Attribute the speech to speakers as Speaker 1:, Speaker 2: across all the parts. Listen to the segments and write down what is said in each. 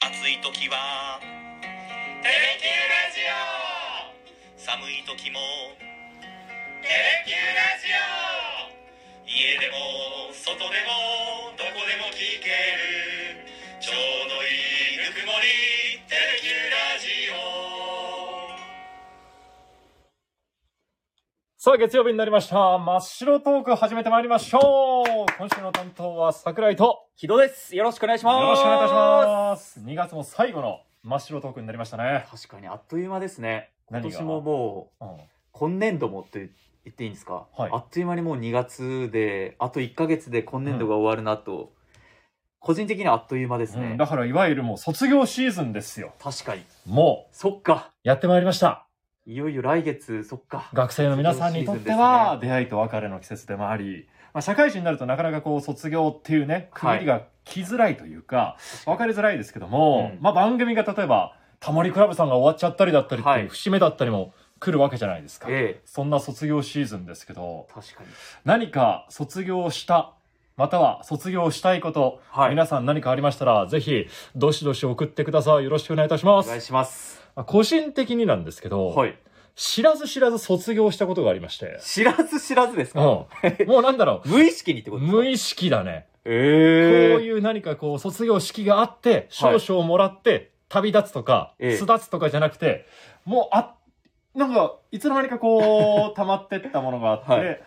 Speaker 1: 暑い時は
Speaker 2: テレキューラジオ
Speaker 1: 寒い時も
Speaker 2: テレキューラジオ
Speaker 1: 家でも外でもどこでも聞けるちょうどいいぬくもりテレキューラジオ
Speaker 3: さあ、月曜日になりました。真っ白トーク始めてまいりましょう。今週の担当は桜井と、よ
Speaker 4: 木戸です。よろしくお願いします。
Speaker 3: ろしくお願いいたします。2月も最後の真っ白トークになりましたね。
Speaker 4: す。確かにあっという間ですね。今
Speaker 3: 何が
Speaker 4: 年ももう、
Speaker 3: うん、
Speaker 4: 今年度もって言っていいんですか、
Speaker 3: はい
Speaker 4: あっという間にもう2月で、あと1ヶ月で今年度が終わるなと、個人的にはあっという間ですね。
Speaker 3: うんだからいわゆるもう卒業シーズンですよ。
Speaker 4: 確かに。
Speaker 3: も
Speaker 4: そっか。
Speaker 3: う、やってまいりました。
Speaker 4: いよいよ来月、そっか。
Speaker 3: 学生の皆さんにとっては、出会いと別れの季節でもあり、まあ、社会人になるとなかなかこう卒業っていうね、区切りが来づらいというか、分かりづらいですけども、
Speaker 4: うん
Speaker 3: まあ番組が例えば、タモリクラブさんが終わっちゃったりだったりって
Speaker 4: はいいう
Speaker 3: 節目だったりも来るわけじゃないですか。
Speaker 4: ええ。
Speaker 3: そんな卒業シーズンですけど、
Speaker 4: 確かに。
Speaker 3: 何か卒業した、または卒業したいこと、
Speaker 4: はい
Speaker 3: 皆さん何かありましたら、ぜひ、どしどし送ってください。よろしくお願いいたしま
Speaker 4: お
Speaker 3: す。
Speaker 4: 願いします。
Speaker 3: まあ個人的になんですけど、
Speaker 4: はい。
Speaker 3: 知らず知らず卒業したことがありまして、
Speaker 4: 知らず知らずです
Speaker 3: う
Speaker 4: か、
Speaker 3: ん。もうなんだろ
Speaker 4: 無意識にって
Speaker 3: う、
Speaker 4: ことですか
Speaker 3: 無意識だね。こう
Speaker 4: ええ
Speaker 3: いう何かこう、卒業式があって、
Speaker 4: はい
Speaker 3: 少々もらって、旅立つとか、
Speaker 4: ええ
Speaker 3: 巣立つとかじゃなくて、もう、あ、なんか、いつの間にかこう、溜まってったものがあって、
Speaker 4: はい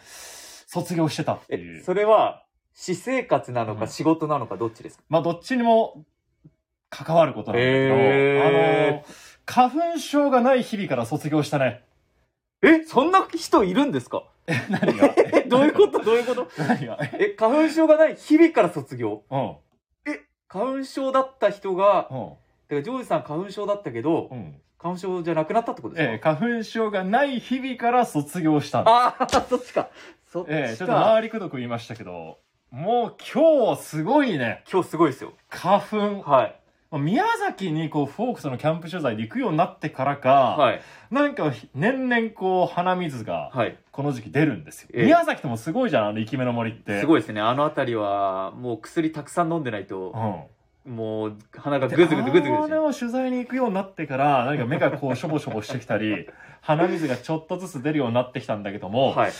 Speaker 3: 卒業してたっていう
Speaker 4: え、。それは、私生活なの
Speaker 3: うん
Speaker 4: か仕事なのかどっちですか、
Speaker 3: まあ、どっちにも関わることなんだけど、
Speaker 4: へ
Speaker 3: あの、花粉症がない日々から卒業したね。
Speaker 4: え、そんな人いるんですか
Speaker 3: 何が
Speaker 4: え、どういうことどういうこと
Speaker 3: 何がえ
Speaker 4: え、花粉症がない日々から卒業。
Speaker 3: うん、
Speaker 4: 花粉症だった人が、
Speaker 3: う
Speaker 4: だ
Speaker 3: ん、
Speaker 4: からジョージさん花粉症だったけど
Speaker 3: う、ん。
Speaker 4: 花粉症じゃなくなったってことですか、
Speaker 3: ええ、花粉症がない日々から卒業したんだ。
Speaker 4: ああ、そっちか。そっちか。
Speaker 3: ええ、ちょっと周りくどく言いましたけど、もう今日すごいね、
Speaker 4: 今日すごいですよ。
Speaker 3: 花粉。
Speaker 4: はい。
Speaker 3: まあ宮崎にこう、フォークスのキャンプ取材で行くようになってからか、
Speaker 4: はい。
Speaker 3: なんか年々こう、鼻水が
Speaker 4: はい。
Speaker 3: この時期出るんですよ。
Speaker 4: ええ
Speaker 3: 宮崎ともすごいじゃん、あの、生き目の森って。
Speaker 4: す
Speaker 3: い。
Speaker 4: ごいですね。あのあたりは、もう薬たくさん飲んでないと
Speaker 3: う、ん。
Speaker 4: もう鼻がグズグズグズグズ
Speaker 3: あれを取材に行くようになってから何か目がこうしょぼしょぼしてきたり 鼻水がちょっとずつ出るようになってきたんだけども、
Speaker 4: はい。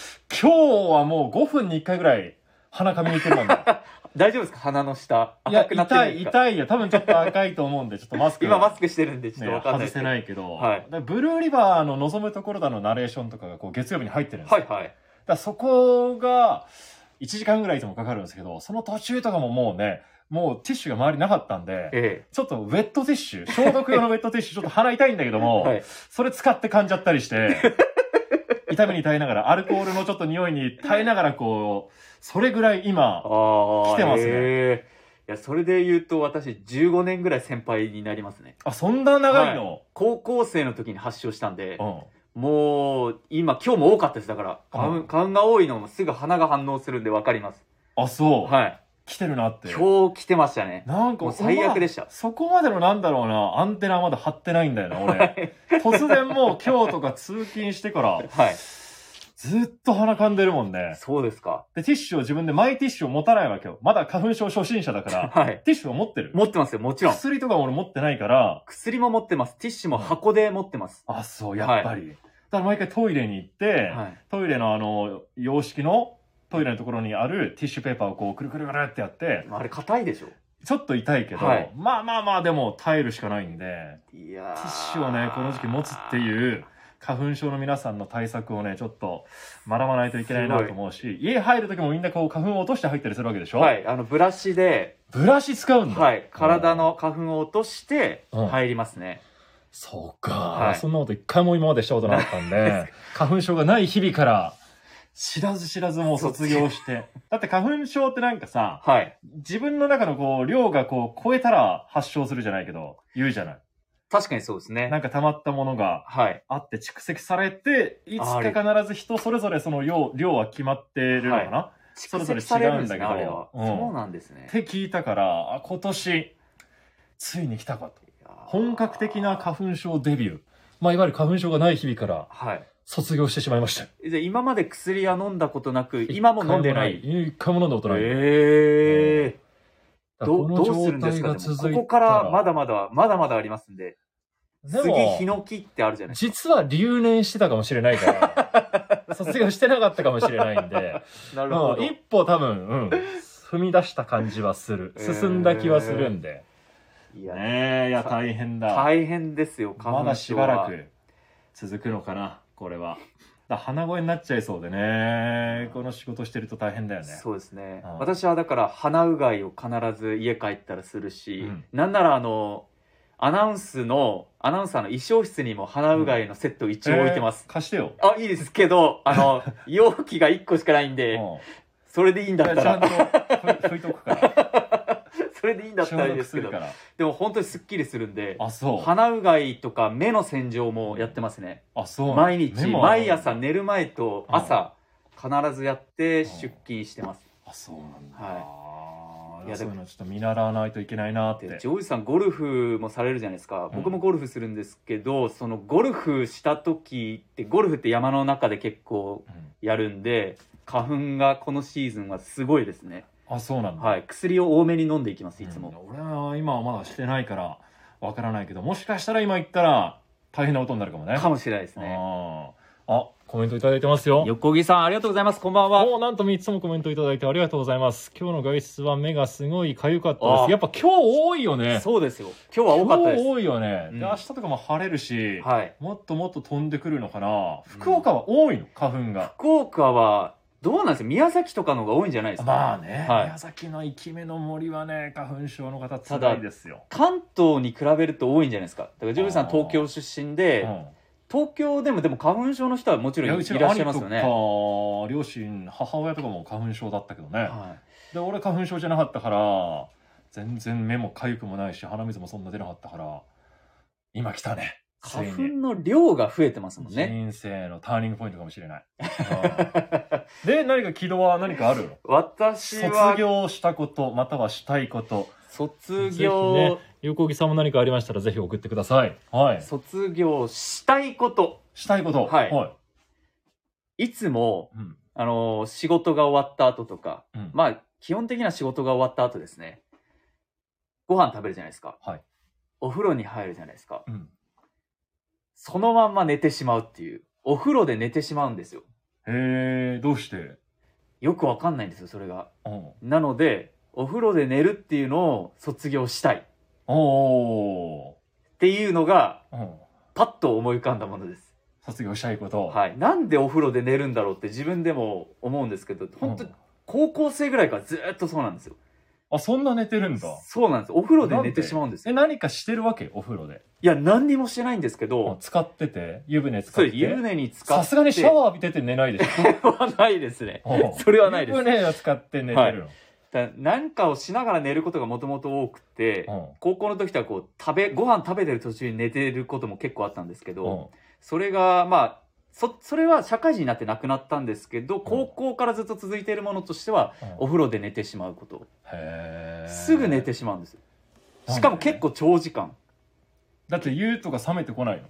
Speaker 3: 今日はもう5分に1回ぐらい鼻かみにいてるもんね
Speaker 4: 大丈夫ですか鼻の下。赤
Speaker 3: いや
Speaker 4: くなってない
Speaker 3: 痛い
Speaker 4: ですか
Speaker 3: 痛いよ多分ちょっと赤いと思うんでちょっとマスク
Speaker 4: 今マスクしてるんで、ちょっと
Speaker 3: ね
Speaker 4: わ、かんないで
Speaker 3: 外
Speaker 4: す
Speaker 3: せ
Speaker 4: けど。
Speaker 3: ないけど、
Speaker 4: はい
Speaker 3: だからブルーリバーの望むところだのナレーションとかがこう月曜日に入ってるんですよ、
Speaker 4: はいはい。
Speaker 3: だからそこが1時間ぐらいいつもかかるんですけどその途中とかももうねもうティッシュが周りなかったんで、
Speaker 4: え
Speaker 3: ちょっとウェットティッシュ、消毒用のウェット ティッシュ、ちょっと鼻痛いんだけど
Speaker 4: え。
Speaker 3: も、
Speaker 4: はい。
Speaker 3: それ使って噛んじゃったり して、痛みに耐えながら、アルコールのちょっと匂いに耐えながら、こう、それぐらい今、
Speaker 4: ああ、
Speaker 3: 来てますね
Speaker 4: ね。いや、それで言うと私15年ぐらい先輩になりますね。
Speaker 3: あ、そんな長いの、
Speaker 4: 高校生の時に発症したんで、
Speaker 3: うん。
Speaker 4: もう今、今日も多かったです。だから、
Speaker 3: う
Speaker 4: 花粉
Speaker 3: ん
Speaker 4: 花粉が多いのもすぐ鼻が反応するんで分かります。
Speaker 3: あ、そう、
Speaker 4: はい。
Speaker 3: 来てるなって。
Speaker 4: 今日来てましたね。
Speaker 3: なんか、
Speaker 4: もう最悪でした
Speaker 3: まあそこまでのなんだろうな、アンテナまだ張ってないんだよ な、俺。突然もう今日とか通勤してから、
Speaker 4: はい。
Speaker 3: ずっと鼻噛んでるもんね。
Speaker 4: そうですか。
Speaker 3: で、ティッシュを自分でマイティッシュを持たないわけよ。まだ花粉症初心者だから、
Speaker 4: はい。
Speaker 3: ティッシュを持ってる。
Speaker 4: 持ってますよ、もちろん。
Speaker 3: 薬とか俺持ってないから、
Speaker 4: 薬も持ってます。ティッシュも箱で持ってます。
Speaker 3: あ、そう、やっぱり。だから毎回トイレに行って、
Speaker 4: はい。
Speaker 3: トイレのあの、洋式のトイレのところにあるティッシュペーパーをこう、くるくるくるってやって、
Speaker 4: あれ、硬いでしょ。
Speaker 3: ちょっと痛いけど、
Speaker 4: はい
Speaker 3: まあまあまあ、でも耐えるしかないんで、
Speaker 4: いや
Speaker 3: ティッシュをね、この時期持つって
Speaker 4: う。
Speaker 3: いう、花粉症の皆さんの対策をね、ちょっと学ばないといけないな
Speaker 4: すごい
Speaker 3: と思うし、家入る時もみんなこう、花粉を落として入ったりするわけでしょ
Speaker 4: はい。あの、ブラシで、
Speaker 3: ブラシ使うんだ。
Speaker 4: はい。体の花粉を落として、
Speaker 3: うん
Speaker 4: 入りますね。
Speaker 3: そうか、
Speaker 4: はい
Speaker 3: そんなこと一回も今までしたことなかったんで、花粉症がない日々から、知らず知らずもう卒業して。だって花粉症ってなんかさ、
Speaker 4: はい。
Speaker 3: 自分の中のこう、量がこう、超えたら発症するじゃないけど、言うじゃない。
Speaker 4: 確かにそうですね。
Speaker 3: なんか溜まったものが
Speaker 4: はい。
Speaker 3: あって蓄積されて、いつ
Speaker 4: あ
Speaker 3: か
Speaker 4: れ
Speaker 3: 必ず人それぞれその量、量は決まってるのかな、それぞ
Speaker 4: 蓄
Speaker 3: れ違うんだけど
Speaker 4: 積されるんですねあれは。
Speaker 3: うん
Speaker 4: そうなんですね
Speaker 3: っ。て聞いたから、あ、今年、ついに来たかと。本格的な
Speaker 4: か。
Speaker 3: 花粉症デビュー。まあ、いわゆる花粉症がない日々から
Speaker 4: はい。
Speaker 3: 卒業してしまいました。
Speaker 4: じゃあ今まで薬は飲んだことなく、今も飲んでない。
Speaker 3: 一回も飲んだことない。
Speaker 4: えどう
Speaker 3: こ
Speaker 4: ど
Speaker 3: の
Speaker 4: うする
Speaker 3: 状
Speaker 4: んです
Speaker 3: 態
Speaker 4: か
Speaker 3: が
Speaker 4: でも
Speaker 3: 続い
Speaker 4: こ
Speaker 3: た
Speaker 4: こからまだまだ、まだまだありますんで。
Speaker 3: で
Speaker 4: 次、
Speaker 3: も
Speaker 4: ヒノキってあるじゃないです
Speaker 3: 実は留年してたかもしれない から、卒業してなかったかもしれないんで、
Speaker 4: か。な
Speaker 3: う
Speaker 4: るほ
Speaker 3: ん
Speaker 4: ど。
Speaker 3: 一歩多分、うん、踏み出した感じはする。進んだ気はするんで。
Speaker 4: いや、
Speaker 3: ねえ、いや、
Speaker 4: さ
Speaker 3: 大変だ。
Speaker 4: 大変ですよ、花粉症は
Speaker 3: まだしばら。く続くのかな、これは。だ鼻声になっちゃいそうでね、この仕事してると大変だよね。
Speaker 4: そうですね、
Speaker 3: うん
Speaker 4: 私はだから鼻うがいを必ず家帰ったらするし、
Speaker 3: うん
Speaker 4: なんならあのアナウンスのアナウンサーの衣装室にも鼻うがいのセットを一応置いてます
Speaker 3: えー、貸してよ。
Speaker 4: あいいですけどあ の容器が1個しかないん
Speaker 3: うん
Speaker 4: で、それでいいんだっ
Speaker 3: いや
Speaker 4: た
Speaker 3: ちゃんと
Speaker 4: ら
Speaker 3: 拭い拭いとくから。
Speaker 4: それでいいんだった
Speaker 3: 消
Speaker 4: らいい
Speaker 3: 毒
Speaker 4: ですけ
Speaker 3: する
Speaker 4: ど
Speaker 3: から。
Speaker 4: でも本当にすっきりするんで
Speaker 3: あ、そう。
Speaker 4: 鼻うがいとか目の洗浄もやってますね、
Speaker 3: あ、そう。
Speaker 4: 毎日
Speaker 3: 目も
Speaker 4: 毎朝。寝る前と朝、必ずやって出勤してます、
Speaker 3: あ、そうなんだ。い
Speaker 4: い
Speaker 3: や、
Speaker 4: や
Speaker 3: そ
Speaker 4: で
Speaker 3: う
Speaker 4: も
Speaker 3: いうのちょっと見習わないといけないなって。
Speaker 4: でジョージさんゴルフもされるじゃないですか
Speaker 3: うん
Speaker 4: 僕もゴルフするんですけど、そのゴルフした時ってゴルフって山の中で結構
Speaker 3: うん
Speaker 4: やるんで花粉がこのシーズンはすごいですね、
Speaker 3: あ、そうなんだ。
Speaker 4: はい薬を多めに飲んでいきますいつも、
Speaker 3: うん俺は今はまだしてないからわからないけどもしかしたら今言ったら大変なことになるかもね
Speaker 4: かもしれないですね
Speaker 3: あーあコメントいただいてますよ
Speaker 4: 横木さんありがとうございますこんばんは
Speaker 3: おなんと3つもコメントいただいてありがとうございます今日の外出は目がすごい痒かったで
Speaker 4: あ
Speaker 3: す
Speaker 4: ー
Speaker 3: やっぱ今日多いよね
Speaker 4: そうですよ今日は多かったで
Speaker 3: 今日
Speaker 4: す
Speaker 3: 多いよね、
Speaker 4: うん
Speaker 3: で明日とかも晴れるし、
Speaker 4: はい
Speaker 3: もっともっと飛んでくるのかな福岡は多いの花粉が、
Speaker 4: 福岡はどうなんですか宮崎とかの方が多いんじゃないですか、
Speaker 3: まあね、
Speaker 4: はい
Speaker 3: 宮崎の生き目の森はね花粉症の方辛いですよ、
Speaker 4: 関東に比べると多いんじゃないですかだからジョージさん東京出身で、
Speaker 3: うん
Speaker 4: 東京でもでも花粉症の人はもち
Speaker 3: い
Speaker 4: ろ
Speaker 3: や
Speaker 4: ん
Speaker 3: う
Speaker 4: い
Speaker 3: ち
Speaker 4: ら
Speaker 3: の
Speaker 4: っしゃい
Speaker 3: 兄
Speaker 4: ま
Speaker 3: と
Speaker 4: す
Speaker 3: か
Speaker 4: よね。
Speaker 3: 両親母親とかも花粉症だったけどね、
Speaker 4: は
Speaker 3: で俺花粉症じゃなかったから全然目も痒くもないし鼻水もそんな出なかったから今来たね
Speaker 4: い、
Speaker 3: つい
Speaker 4: 花粉
Speaker 3: に
Speaker 4: の量が増えてますもんね。
Speaker 3: 人生のターニングポイントかもし れないうんで何か軌道は何かあるの
Speaker 4: 私
Speaker 3: 卒
Speaker 4: は
Speaker 3: 業したことまたはしたいこと
Speaker 4: 卒業
Speaker 3: ぜひね横木さんも何かありましたらぜひ送ってくださいはい
Speaker 4: 卒業したいこと
Speaker 3: したいこと
Speaker 4: はい
Speaker 3: はい
Speaker 4: つも
Speaker 3: うん
Speaker 4: あのー仕事が終わった後とか、
Speaker 3: うん
Speaker 4: まあ基本的な仕事が終わった後ですね。ご飯食べるじゃないですか。
Speaker 3: はい
Speaker 4: お風呂に入るじゃないですか。
Speaker 3: うん
Speaker 4: そのまんま寝てしまうっていう。お風呂で寝てしまうんですよ。
Speaker 3: へえどうして
Speaker 4: よくわかんないんですよそれが。
Speaker 3: うん
Speaker 4: なのでお風呂で寝るっていうのを卒業したい。
Speaker 3: おー
Speaker 4: っていうのが
Speaker 3: うん
Speaker 4: パッと思い浮かんだものです、
Speaker 3: 卒業したいこと
Speaker 4: はい、なんでお風呂で寝るんだろうって自分でも思うんですけど本当
Speaker 3: うん
Speaker 4: 高校生ぐらいからずーっとそうなんですよ
Speaker 3: あそんな寝てるんだ
Speaker 4: そうなんですお風呂で寝てしまうんですよ
Speaker 3: え何かしてるわけお風呂で
Speaker 4: いや何にもしてないんですけど
Speaker 3: 使ってて湯船使
Speaker 4: そ
Speaker 3: っ
Speaker 4: れ
Speaker 3: て
Speaker 4: 湯船に使って
Speaker 3: さすがにシャワー浴びてて寝ないで し
Speaker 4: ーはないですね
Speaker 3: ょ
Speaker 4: それはないです
Speaker 3: 湯船を使って寝てるの、
Speaker 4: だなんかをしながら寝ることがもともと多くて、
Speaker 3: うん
Speaker 4: 高校の時とはこう食べご飯食べてる途中に寝てることも結構あったんですけど、
Speaker 3: うん
Speaker 4: それがまあそそれは社会人になってなくなったんですけど高校からずっと続いているものとしてはお風呂で寝てしまうこと
Speaker 3: へー
Speaker 4: すぐ寝てしまうんですよ
Speaker 3: なんで
Speaker 4: しかも結構長時間
Speaker 3: だって湯とか冷めてこないの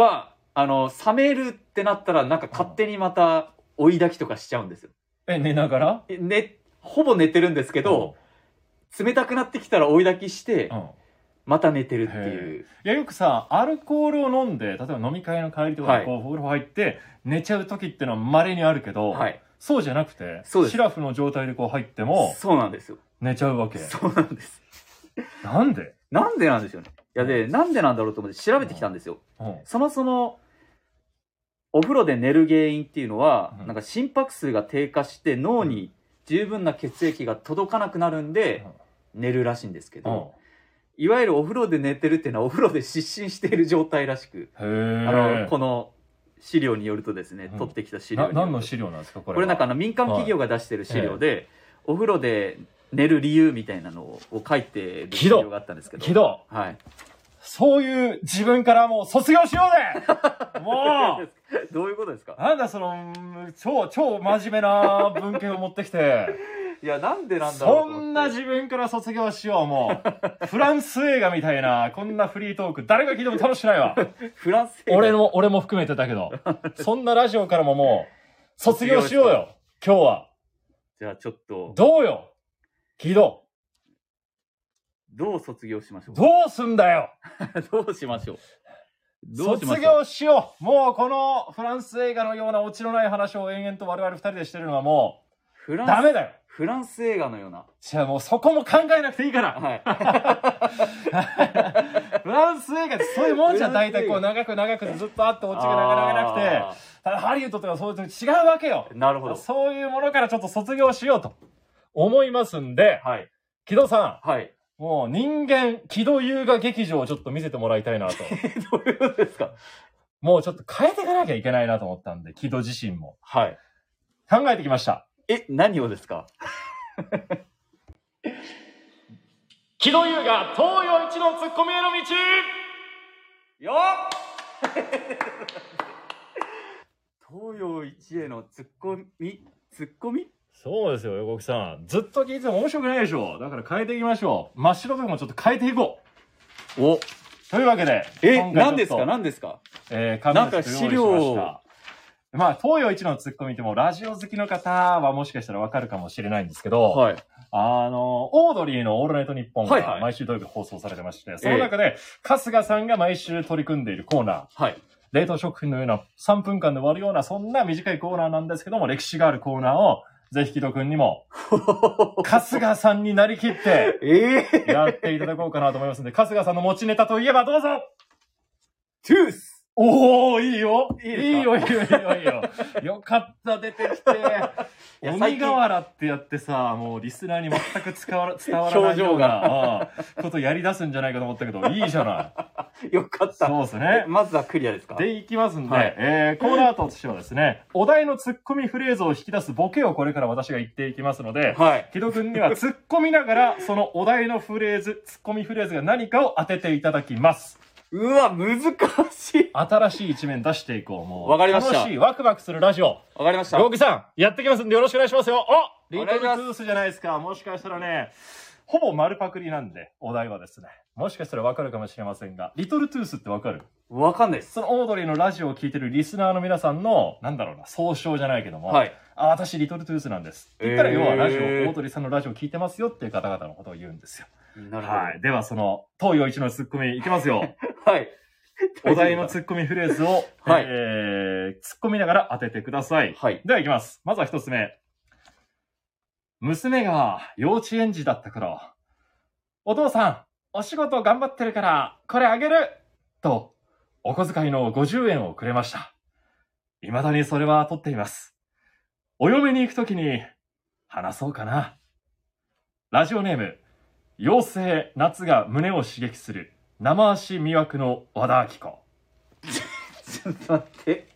Speaker 4: はあの冷めるってなったらなんか勝手にまた追い抱きとかしちゃうんですよ
Speaker 3: え寝ながら
Speaker 4: えねほぼ寝てるんですけど、冷たくなってきたら追い抱きして
Speaker 3: うんうん
Speaker 4: また寝てるっていう
Speaker 3: いやよくさアルコールを飲んで例えば飲み会の帰りとか
Speaker 4: は
Speaker 3: に
Speaker 4: い
Speaker 3: こう、お風呂入って寝ちゃう時ってのはまれにあるけど、
Speaker 4: はい
Speaker 3: そうじゃなくて
Speaker 4: そうです
Speaker 3: シラフの状態でこう入っても
Speaker 4: そうなんですよ
Speaker 3: 寝ちゃうわけ
Speaker 4: そうなんです
Speaker 3: なんで、
Speaker 4: なんでなんですよねいやでなんでなんだろうと思って調べてきたんですよ
Speaker 3: うん
Speaker 4: そもそもお風呂で寝る原因っていうのは、
Speaker 3: うん
Speaker 4: なんか心拍数が低下して脳に十分な血液が届かなくなるんで、寝るらしいんですけ
Speaker 3: う
Speaker 4: ど、
Speaker 3: ん
Speaker 4: いわゆるお風呂で寝てるっていうのはお風呂で失神している状態らしく、
Speaker 3: へ
Speaker 4: あの
Speaker 3: え
Speaker 4: この資料によるとですね
Speaker 3: うん
Speaker 4: 取ってきた資料に
Speaker 3: な
Speaker 4: よると
Speaker 3: 何の資料なんですかこ
Speaker 4: こ
Speaker 3: れ
Speaker 4: れなんかあ
Speaker 3: な
Speaker 4: の民間企業が出してる資料で、お風呂で寝る理由みたいなのを書いてる資料があったんですけど
Speaker 3: けど
Speaker 4: はい、
Speaker 3: そういう自分からもう卒業しよう ぜもう
Speaker 4: どういうことですか
Speaker 3: なんだその超超真面目な文献を持ってきて
Speaker 4: いやなんでなんだろうと
Speaker 3: そ
Speaker 4: 思って
Speaker 3: んな自分から卒業しようも うフランス映画みたいなこんなフリートーク誰が聞いても楽し くないわ
Speaker 4: フランス映画
Speaker 3: 俺の俺も含めてだけどそんなラジオからももう卒業しようよ今日は
Speaker 4: じゃあちょっと
Speaker 3: どうよ軌道
Speaker 4: どう卒業しましょう
Speaker 3: どうすんだよ
Speaker 4: どうしましょうどうしましょ
Speaker 3: 卒
Speaker 4: う
Speaker 3: 業しようもうこのフランス映画のようなオチのない話を延々と我々二人でしてるのはも
Speaker 4: フ
Speaker 3: う
Speaker 4: ラ
Speaker 3: ダ
Speaker 4: ンス
Speaker 3: メだよ
Speaker 4: フランス映画のような。
Speaker 3: じゃあもうそこも考えなくていいから
Speaker 4: はい。
Speaker 3: フランス映画ってそういうもんじゃん
Speaker 4: フランス映
Speaker 3: 大体
Speaker 4: 画
Speaker 3: こう長く長くずっとあってオチがなかなかなくてただハリウッドとかそういうのと違うわけよ
Speaker 4: くて。なるほど。
Speaker 3: そういうものからちょっと卒業しようと思いますんで
Speaker 4: はい。
Speaker 3: 木戸さ
Speaker 4: はい。
Speaker 3: んもう人間木戸優雅劇場をちょっと見せてもらいたい なと
Speaker 4: どういうことですか
Speaker 3: もうちょっと変えていかなきゃいけないなと思ったんで木戸自身も
Speaker 4: はい。
Speaker 3: 考えてきました
Speaker 4: え、何をですか
Speaker 3: 木戸優雅東洋一のツッコミへの道
Speaker 4: よっ東洋一へのツッコミ、ツッコミ
Speaker 3: そうですよ横木さんずっと聞いても面白くないでしょだから変えていきましょう真っ白とかもちょっと変えていこう
Speaker 4: お、
Speaker 3: というわけで
Speaker 4: え、
Speaker 3: な
Speaker 4: 何
Speaker 3: ん
Speaker 4: ですか何ですか
Speaker 3: えー、紙の資料を用意しました。まあ、東洋一のツッコミってもうラジオ好きの方はもしかしたらわかるかもしれないんですけど、
Speaker 4: はい。
Speaker 3: あの、オードリーのオールナイトニッポン
Speaker 4: はいは
Speaker 3: が
Speaker 4: い
Speaker 3: 毎週土曜日放送されてまして、その中で、春日さんが毎週取り組んでいるコーナー、
Speaker 4: はい。
Speaker 3: 冷凍食品のような3分間で終わるような、そんな短いコーナーなんですけども、歴史があるコーナーを、ぜひ木戸くんに も、春日さんになりきって、
Speaker 4: えー、
Speaker 3: やっていただこうかなと思いますんで、春日さんの持ちネタといえばどうぞ
Speaker 4: トゥース
Speaker 3: おおいいよい
Speaker 4: い
Speaker 3: い
Speaker 4: い
Speaker 3: よ
Speaker 4: ですか
Speaker 3: いいよいいよいいよよかった出てきて
Speaker 4: いや
Speaker 3: 鬼瓦ってやってさもうリスナーに全く伝わら伝わら ない
Speaker 4: 表
Speaker 3: よ
Speaker 4: 情
Speaker 3: うなうんことやりだすんじゃないかと思ったけどいいじ ゃない
Speaker 4: よかった。
Speaker 3: そうですね
Speaker 4: まずはクリアですか
Speaker 3: でいきますんで、
Speaker 4: はい
Speaker 3: えーコーナーとしてはですねお題のツッコミフレーズを引き出すボケをこれから私が言っていきますので
Speaker 4: はい。
Speaker 3: 木戸君には突っ込みながらそのお題のフレーズツッコミフレーズが何かを当てていただきます
Speaker 4: うわ、難しい。
Speaker 3: 新しい一面出していこうもう
Speaker 4: わかりました
Speaker 3: 楽しいワクワクするラジオ
Speaker 4: わかりました。
Speaker 3: ロ木さんやってきますんでよろしくお願いしますよおリ
Speaker 4: お願いし
Speaker 3: トルト
Speaker 4: ます
Speaker 3: ゥースじゃないですかもしかしたらねほぼ丸パクリなんでお題はですねもしかしたらわかるかもしれませんがリトルトゥースってわかる
Speaker 4: わかんないです。
Speaker 3: そのオードリーのラジオを聞いてるリスナーの皆さんのなんだろうな総称じゃないけども、
Speaker 4: はい。
Speaker 3: あ私リトルトゥースなんですって言ったら
Speaker 4: えー
Speaker 3: 要はラジオ、オードリーさんのラジオ聞いてますよっていう方々のことを言うんですよ
Speaker 4: なるほど。
Speaker 3: はいではその東洋一のツッコミいきま すよ
Speaker 4: はい。
Speaker 3: お題のツッコミフレーズを、
Speaker 4: はい
Speaker 3: えー、ツッコミながら当ててください。
Speaker 4: はい。
Speaker 3: では行きます。まずは一つ目。娘が幼稚園児だった頃、お父さん、お仕事頑張ってるから、これあげると、お小遣いの50円をくれました。未だにそれは取っています。お嫁に行くときに、話そうかな。ラジオネーム、妖精夏が胸を刺激する、生足魅惑の和田明子。
Speaker 4: ちょっと待って。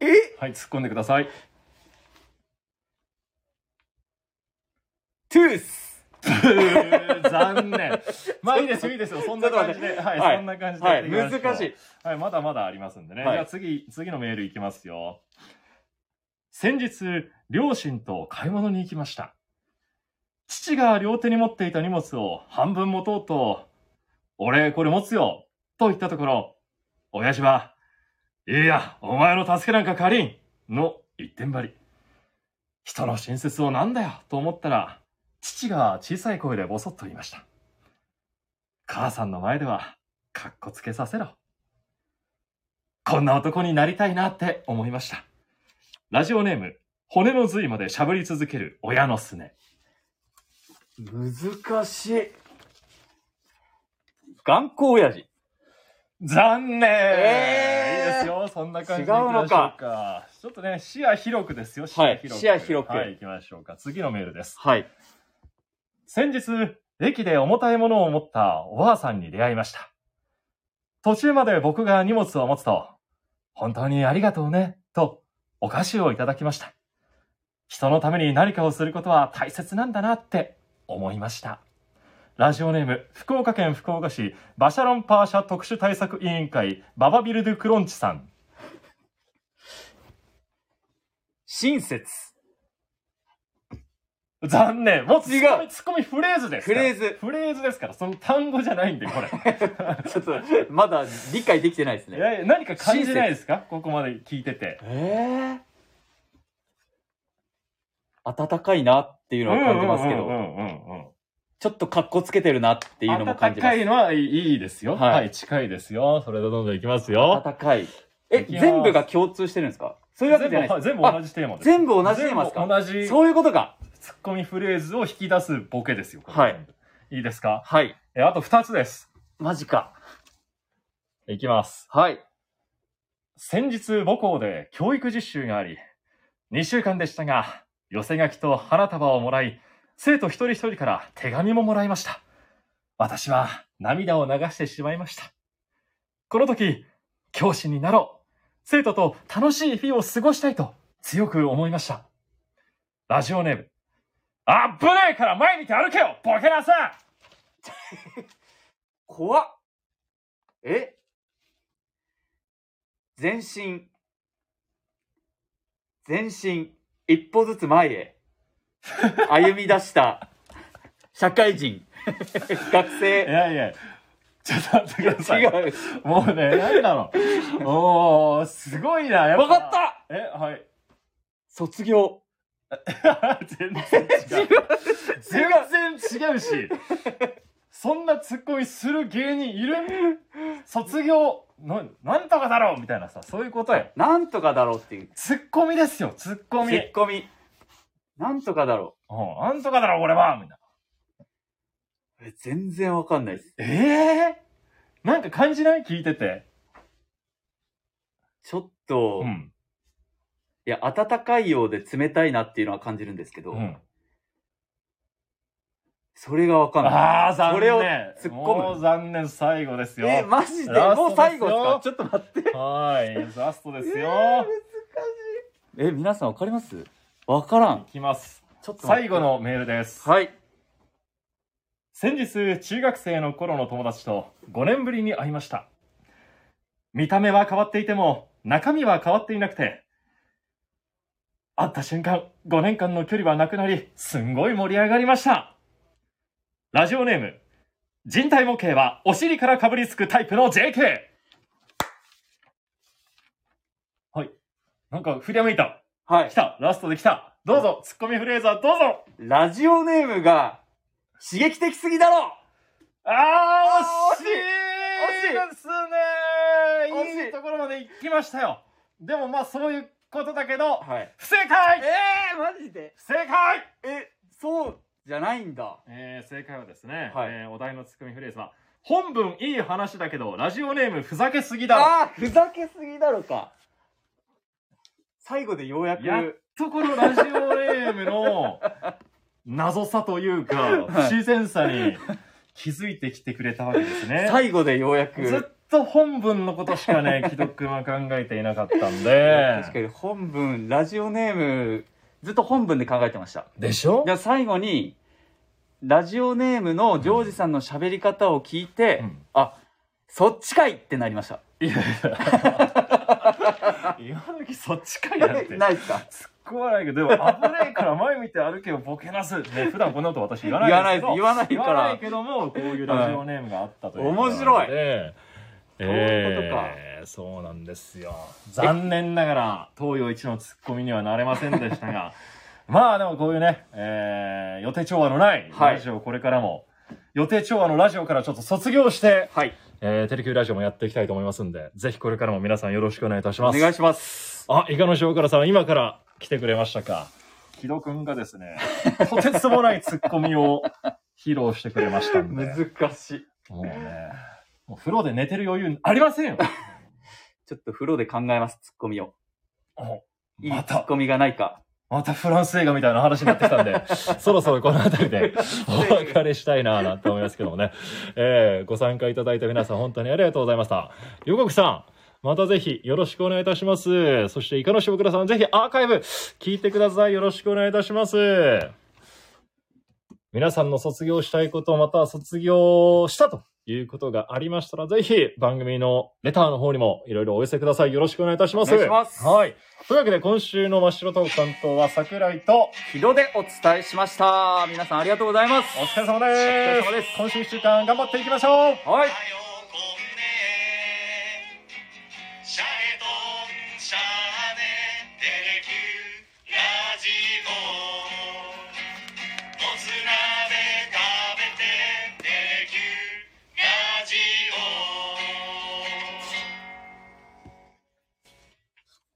Speaker 4: え
Speaker 3: はい、突っ込んでください。
Speaker 4: トゥース
Speaker 3: 残念。まあいいですよ、いいですよ。そんな感じで。はい、
Speaker 4: はい
Speaker 3: そんな感じで
Speaker 4: は
Speaker 3: やって
Speaker 4: い、
Speaker 3: きましょう。
Speaker 4: 難しい。
Speaker 3: はい、まだまだありますんでね。
Speaker 4: はい
Speaker 3: じゃあ次、次のメールいきますよ。先日、両親と買い物に行きました。父が両手に持っていた荷物を半分持とうと、俺これ持つよと言ったところ、親父は、いや、お前の助けなんか借りんの一点張り。人の親切をなんだよと思ったら、父が小さい声でボソッと言いました。母さんの前では、かっこつけさせろ。こんな男になりたいなって思いました。ラジオネーム、骨の髄までしゃぶり続ける親のすね。
Speaker 4: 難しい。頑固親父。
Speaker 3: 残念、
Speaker 4: えー
Speaker 3: いいですよ、そんな感じで。
Speaker 4: 違うのか
Speaker 3: いきましょうか。ちょっとね、視野広くですよ、視
Speaker 4: は
Speaker 3: 野
Speaker 4: い
Speaker 3: 広く。
Speaker 4: 視野広く
Speaker 3: はい、行きましょうか。次のメールです。
Speaker 4: はい。
Speaker 3: 先日、駅で重たいものを持ったおばあさんに出会いました。途中まで僕が荷物を持つと、本当にありがとうね、とお菓子をいただきました。人のために何かをすることは大切なんだなって思いました。ラジオネーム、福岡県福岡市バシャロンパーシャ特殊対策委員会ババビルドゥクロンチさん。
Speaker 4: 親切。
Speaker 3: 残念もうツ
Speaker 4: 違
Speaker 3: ッ
Speaker 4: う
Speaker 3: コミ、ツッコミフレーズですから。
Speaker 4: フレーズ
Speaker 3: フレーズですから、その単語じゃないんで、これ。
Speaker 4: ちょっと、まだ理解できてないです
Speaker 3: い
Speaker 4: ね。
Speaker 3: やいや何か感じないですかここまで聞いてて。
Speaker 4: えー。温かいなっていうのは感じますけ
Speaker 3: うん
Speaker 4: ど。
Speaker 3: うんうんうんうん
Speaker 4: ちょっと格好つけてるなっていうのも感じます
Speaker 3: 暖かいのはいいいいですよ。
Speaker 4: はい
Speaker 3: はい、近いですよ。それでどんどんいきますよ。
Speaker 4: 暖かいえ
Speaker 3: いきます
Speaker 4: 全部が共通してるんですかそういうわけじ
Speaker 3: 全部
Speaker 4: ゃない
Speaker 3: は
Speaker 4: です
Speaker 3: 全部同じテーマです。
Speaker 4: 全部同じテーマですか
Speaker 3: 全部同じ
Speaker 4: そういうことか
Speaker 3: ツッコミフレーズを引き出すボケですよ。これ
Speaker 4: はい
Speaker 3: 全部。いいですか
Speaker 4: はい
Speaker 3: え、あと2つです。
Speaker 4: マジか
Speaker 3: いきます。
Speaker 4: はい
Speaker 3: 先日母校で教育実習があり、2週間でしたが、寄せ書きと花束をもらい、生徒一人一人から手紙ももらいました。私は涙を流してしまいました。この時、教師になろう。生徒と楽しい日を過ごしたいと強く思いました。ラジオネーム。あっぶねえから前見て歩けよボケなさん
Speaker 4: 怖っえ全身全身一歩ずつ前 へ歩み出した社会 人学
Speaker 3: い
Speaker 4: 生
Speaker 3: やいや、ちょっと待ってください。
Speaker 4: 違う
Speaker 3: もうね、何だろう。おー、すごいな。やぱ
Speaker 4: 分かった
Speaker 3: え、はい。
Speaker 4: 卒業
Speaker 3: 全然違う。全然違うし。そんなツッコミする芸人いる卒業、な、なんとかだろうみたいなさ、そういうことや。
Speaker 4: なんとかだろうっていう
Speaker 3: ツッコミですよ、ツッコミ。
Speaker 4: ツ
Speaker 3: う
Speaker 4: ッコミなんとかだろ
Speaker 3: ん、なんとかだろう、俺はみたいな。
Speaker 4: うえ全然わかんないです
Speaker 3: ええー、なんか感じない聞いてて。
Speaker 4: ちょっと、
Speaker 3: う
Speaker 4: い
Speaker 3: ん。
Speaker 4: や暖かいようで冷たいなっていうのは感じるんですけど、
Speaker 3: うん。
Speaker 4: それがわかんない
Speaker 3: ああ、残念。
Speaker 4: それを突っ込む
Speaker 3: もう残念、最後ですよ。
Speaker 4: え、マジで
Speaker 3: ラストですよ
Speaker 4: もう最後ですかちょっと待って。
Speaker 3: はーい、ラストですよ。
Speaker 4: え、皆さんわかりますわから
Speaker 3: い
Speaker 4: ん。
Speaker 3: きます。
Speaker 4: ちょっと待って
Speaker 3: 最後。のメールです。
Speaker 4: はい。
Speaker 3: 先日、中学生の頃の友達と5年ぶりに会いました。見た目は変わっていても、中身は変わっていなくて、会った瞬間、5年間の距離はなくなり、すんごい盛り上がりました。ラジオネーム、人体模型はお尻からかぶりつくタイプの JK。はい。なんか振り向いた。
Speaker 4: はい
Speaker 3: 来。た。ラストで来た。どうぞ、ツッコミフレーズはどうぞ。
Speaker 4: ラジオネームが刺激的すぎだろ
Speaker 3: あ
Speaker 4: あー
Speaker 3: ー惜しい
Speaker 4: 惜しい
Speaker 3: ですね
Speaker 4: 惜しい
Speaker 3: いいところまで行きましたよでもまあそういうことだけど
Speaker 4: はい。
Speaker 3: 不正解
Speaker 4: えー、マジで
Speaker 3: 不正解
Speaker 4: え、そうじゃないんだ。
Speaker 3: えー、正解はですね、
Speaker 4: はい
Speaker 3: えーお題のツッコミフレーズは本文いい話だけどラジオネームふざけすぎだろ
Speaker 4: あー、ふざけすぎだろか。最後でようやく。
Speaker 3: やっとこのラジオネームの謎さというか
Speaker 4: はい
Speaker 3: 不自然さに気づいてきてくれたわけですね
Speaker 4: 最後でようやく。
Speaker 3: ずっと本文のことしか ね既読は考えていなかったんで
Speaker 4: 確かに本文、ラジオネーム、ずっと本文で考えてました。
Speaker 3: でしょ
Speaker 4: じゃあ最後にラジオネームのジョージさんの喋り方を聞いて、
Speaker 3: うん
Speaker 4: あそっちかいってなりました
Speaker 3: いやいや今時そっちかいなんて
Speaker 4: ないですか
Speaker 3: 突っ込まないけどでも危ないから前見て歩けよボケ なすね普段こんなこと私言わないけど
Speaker 4: 言わないです言わないから
Speaker 3: 言わないけどもこういうラジオネームがあったという
Speaker 4: 面白い
Speaker 3: い
Speaker 4: そういうことか
Speaker 3: えーそうなんですよ残念ながら東洋一のツッコミにはなれませんでした がまあでもこういうね、えー予定調和のない
Speaker 4: はい
Speaker 3: ラジオこれからも、予定調和のラジオからちょっと卒業して
Speaker 4: はい
Speaker 3: えー、テレキューラジオもやっていきたいと思いますんで、ぜひこれからも皆さんよろしくお願いいたし
Speaker 4: お
Speaker 3: ます。
Speaker 4: 願いします
Speaker 3: あ、イカの塩辛さん、今から来てくれましたか。木戸くんがです ね、とてつもないツッコミを披露してくれましたんで、
Speaker 4: しい
Speaker 3: もうね、もう風呂で寝てる余裕ありませんよ。
Speaker 4: ちょっと風呂で考えますツッコミを
Speaker 3: お
Speaker 4: いい
Speaker 3: ま
Speaker 4: ツッ
Speaker 3: た、
Speaker 4: コミがないか
Speaker 3: またフランス映画みたいな話になってきたんで、 そろそろこの辺りでお別れしたいなぁなんて思いますけどもね、えー、ご参加いただいた皆さん本当にありがとうございました。予告さん、またぜひよろしくお願いいたします。そして、イカの塩倉さん、ぜひアーカイブ聞いてください。よろしくお願いいたします。皆さんの卒業したいこと、または卒業したということがありましたら、ぜひ番組のレターの方にもいろいろお寄せください。よろしくお願いいたします。
Speaker 4: お願いします
Speaker 3: はい。というわけで、今週の真っ白トーク担当は桜井と、
Speaker 4: 木戸でお伝えしました皆さんありがとうございます
Speaker 3: お疲れ様
Speaker 4: お疲
Speaker 3: で
Speaker 4: れ
Speaker 3: す。
Speaker 4: 様です
Speaker 3: 今週一週間頑張っていきましょう。
Speaker 4: はい
Speaker 2: おはよう